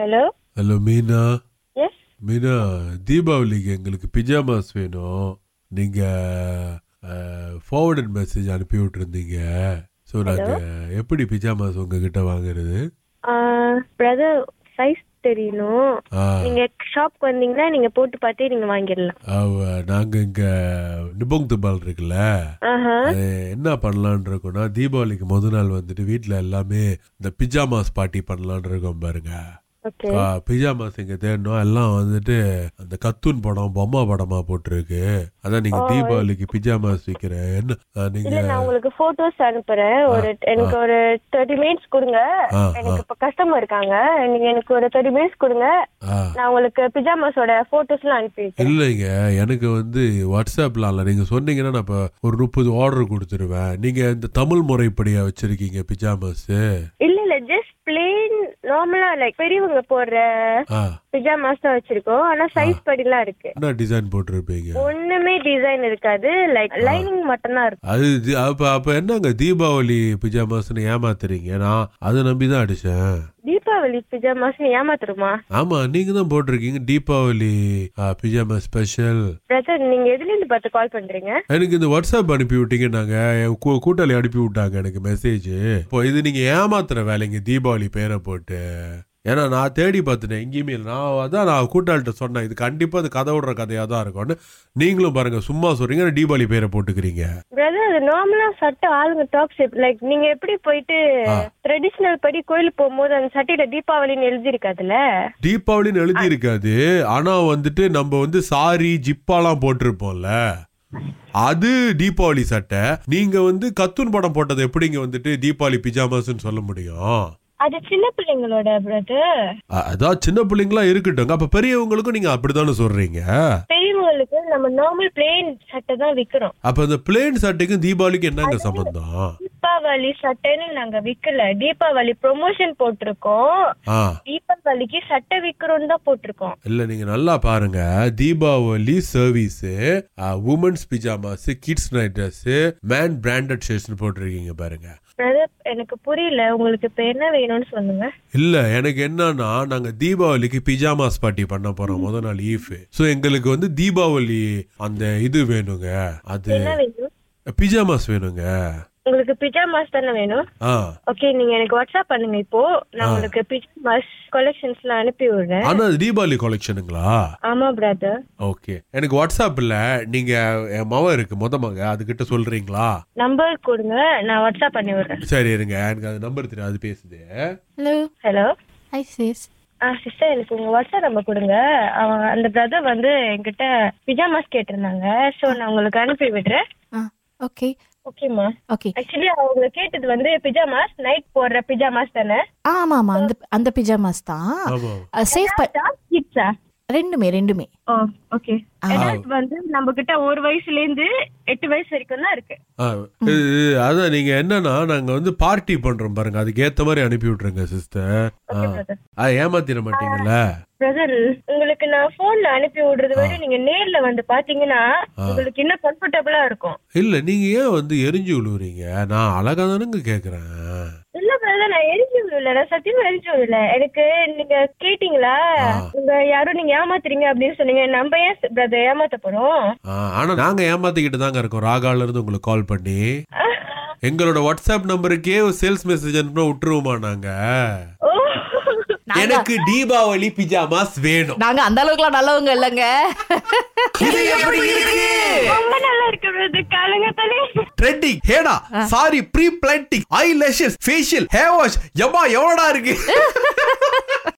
Hello hello Meena yes Meena தீபாவளிக்கு எங்களுக்கு pyjamas வேணும் நீங்கள் ஃபார்வர்டட் மெசேஜ் அனுப்பி விட்டுருந்தீங்க ஸோ நாங்கள் எப்படி பிஜாமாஸ் உங்ககிட்ட வாங்குறது பிரதர் சைஸ் Uh, தெரியணும் ஆ நீங்க ஷாப்க்கு வந்தீங்கன்னா நீங்க போட்டு பார்த்தே நீங்க வாங்கிடலாம் நாங்கள் இங்கே நிபுங் துபால் இருக்குல்ல ஆஹா அது என்ன பண்ணலான்னு இருக்கோம்னா தீபாவளிக்கு முத நாள் வந்துட்டு வீட்டில் எல்லாமே இந்த பிஜாமாஸ் பார்ட்டி பண்ணலான்னு இருக்கோம் பாருங்க ஓகே ஆ, பிஜாமாஸ் இங்க தேடணும் எல்லாம் வந்துட்டு அந்த கத்தூன் படம் பொம்மை படமா போட்டிருக்கு அதான் நீங்க தீபாவளிக்கு பிஜாமாஸ் விற்கிறேன் என்ன ஆ, நீங்க இல்ல நான் உங்களுக்கு போட்டோஸ் அனுப்புறேன் ஒரு எனக்கு ஒரு தேர்ட்டி மினிட்ஸ் கொடுங்க ஆ, எனக்கு இப்ப கஸ்டமர் இருக்காங்க நீங்க எனக்கு ஒரு தேர்ட்டி மினிட்ஸ் கொடுங்க ஆ. நான் உங்களுக்கு பிஜாமாஸோட போட்டோஸ் எல்லாம் அனுப்பி வைக்கிறேன் இல்லைங்க எனக்கு வந்து வாட்ஸ்அப்ல இல்லை நீங்க சொன்னீங்கன்னா நான் இப்போ ஒரு முப்பது ஆர்டர் கொடுத்துருவேன் நீங்க இந்த தமிழ் முறைப்படியா வச்சிருக்கீங்க பிஜாமாஸ் இல்ல இல்ல ஜஸ்ட் பிளேன் நார்மலா லைக் பெரியவங்க போடுற ஆ பிஜாமாஸ் தான் வச்சிருக்கோம் ஆனா சைஸ் படிலாம் இருக்கு என்ன டிசைன் போட்டிருப்பீங்க ஒண்ணுமே டிசைன் இருக்காது லைக் லைனிங் மட்டும் தான் இருக்கும் அது தி- அப்ப அப்ப என்னங்க தீபாவளி பிஜாமாஸ்னு ஏமாத்துறீங்க நான் அதை நம்பி தான் அடிச்சேன் தீபாவளி பிஜாமாஸ் ஏமாத்துருமா ஆமா நீங்க தான் போட்டிருக்கீங்க தீபாவளி பிஜாமா ஸ்பெஷல் பிரதர் நீங்க எதுல இருந்து பார்த்து கால் பண்றீங்க எனக்கு இந்த வாட்ஸ்அப் அனுப்பி விட்டீங்க நாங்க என் கூ- கூட்டாளி அனுப்பி விட்டாங்க எனக்கு மெசேஜ் இப்போ இது நீங்க ஏமாத்துற வேலைங்க தீபாவளி பேரை போட்டு ஏன்னா நான் தேடி பார்த்துட்டேன் எங்கேயுமே இல்லை. நான் அதான் நான் கூட்டாளிட்ட சொன்னேன் இது கண்டிப்பா அது கதை விடுற கதையா தான் இருக்கும்னு நீங்களும் பாருங்க சும்மா சொல்றீங்க ஆனா தீபாவளி பேரை போட்டுக்கிறீங்க பிரதர் அது நார்மலா சட்டை ஆளுங்க டாப் ஷேப் லைக் நீங்க எப்படி போயிட்டு ட்ரெடிஷனல் படி கோயிலுக்கு போகும்போது அந்த சட்டையில தீபாவளின்னு எழுதி இருக்காதுல்ல தீபாவளின்னு எழுதி இருக்காது ஆனா வந்துட்டு நம்ம வந்து சாரி ஜிப்பாலாம் போட்டிருப்போம்ல அது தீபாவளி சட்டை நீங்க வந்து கத்தூன் படம் போட்டது எப்படிங்க வந்துட்டு தீபாவளி பிஜாமாஸ்னு சொல்ல முடியும் அது சின்ன பிள்ளைங்களோட பிரதர் அ- அதான் சின்ன பிள்ளைங்களா இருக்கட்டும் அப்ப பெரியவங்களுக்கும் நீங்க அப்படித்தானே சொல்றீங்க பெரியவங்களுக்கு நம்ம நார்மல் பிளேன் சட்டை தான் விக்கிறோம் அப்ப இந்த பிளேன் சட்டைக்கும் தீபாவளிக்கு என்னங்க சம்பந்தம் தீபாவளி சட்டைன்னு நாங்க விக்கல தீபாவளி ப்ரொமோஷன் போட்டிருக்கோம் ஆ தீபாவளிக்கு சட்டை விக்கிறோம்னு தான் போட்டிருக்கோம் இல்ல நீங்க நல்லா பாருங்க Deepavali service women's pyjamas kids night dress man branded shirts போட்டிருக்கீங்க பாருங்க பிரதர் எனக்கு புரியல உங்களுக்கு இப்ப என்ன வேணும்னு சொல்லுங்க இல்ல எனக்கு என்னன்னா நாங்க தீபாவளிக்கு பிஜாமாஸ் பார்ட்டி பண்ண போறோம் முத நாள் ஈஃப் சோ எங்களுக்கு வந்து தீபாவளி அந்த இது வேணுங்க அது என்ன வேணும் பிஜாமாஸ் வேணுங்க உங்களுக்கு பிஜாமாஸ் தானே வேணும் ஆ ஓகே நீங்க எனக்கு வாட்ஸ்அப் பண்ணுங்க இப்போ நான் உங்களுக்கு பிஜாமாஸ் கலெக்ஷன்ஸ் எல்லாம் அனுப்பி விடுறேன் ஆனா அது தீபாவளி கலெக்ஷனுங்களா ஆமா பிரதர் ஓகே எனக்கு வாட்ஸ்அப்ல நீங்க என் மவ இருக்கு மொத மக அதுகிட்ட சொல்றீங்களா நம்பர் கொடுங்க நான் வாட்ஸ்அப் பண்ணி விடுறேன் சரி இருங்க எனக்கு அது நம்பர் தெரியும் அது பேசுது ஹலோ ஹலோ ஹாய் சிஸ் ஆ சிஸ்டர் எனக்கு உங்க வாட்ஸ்அப் நம்பர் கொடுங்க அவன் அந்த பிரதர் வந்து என்கிட்ட பிஜாமாஸ் கேட்டிருந்தாங்க ஸோ நான் உங்களுக்கு அனுப்பி விடுறேன் ஆ ஓகே ஓகேம்மா ஓகே ஆக்சுவலி அவங்க கேட்டது வந்து பிஜாமாஸ் நைட் போடுற பிஜாமாஸ் தானே ஆ ஆமாம் ஆமாம் அந்த அந்த பிஜாமாஸ் தான் ஆமா சேஃப் ப கிட்ஸா ரெண்டுமே ரெண்டுமே ஓ ஓகே அடல்ட் வந்து நம்ம கிட்ட ஒரு வயசுல இருந்து எட்டு வயசு வரைக்கும் தான் இருக்கு ஆ, இது- இது- அதான் நீங்க என்னன்னா நாங்க வந்து பார்ட்டி பண்றோம் பாருங்க அதுக்கு ஏத்த மாதிரி அனுப்பி விட்டுருங்க சிஸ்டர் அது ஏமாத்திட மாட்டீங்கல்ல பிரதர் உங்களுக்கு நான் போன்ல அனுப்பி விடுறது விட நீங்க நேர்ல வந்து பாத்தீங்கன்னா உங்களுக்கு இன்னும் கம்ஃபர்டபுளா இருக்கும் இல்ல நீங்க ஏன் வந்து எரிஞ்சு விழுவுறீங்க நான் அழகா தானுங்க கேக்குறேன் இல்ல பிரதர் நான் எரிஞ்சு விடல நான் சத்தியமா எரிஞ்சு விடல எனக்கு நீங்க கேட்டீங்களா உங்க யாரும் நீங்க ஏமாத்துறீங்க அப்படின்னு சொன்னீங்க நம்ம ஏன் பிரதர் ஏமாத்த போறோம் ஆ, ஆனா நாங்க ஏமாத்திக்கிட்டு தாங்க இருக்கோம் ராகால இருந்து உங்களுக்கு கால் பண்ணி எங்களோட வாட்ஸ்அப் நம்பருக்கே சேல்ஸ் மெசேஜ் அனுப்பினா விட்டுருவோமா நாங்க ஓ. எனக்கு தீபாவளி பிஜாமாஸ் வேணும் நாங்கள் அந்த அளவுக்குலாம் நல்லவங்க இல்லைங்க இது எப்படி இருக்கு ரொம்ப நல்லா இருக்கு பிரதர் காலங்கத்தாலே ட்ரெண்டிங் ஹேடா சாரி ப்ரீ பிளான்டிங் ஐ லேஷஸ் ஃபேஷியல் ஹேர் வாஷ் எம்மா எவ்வளோடா இருக்கு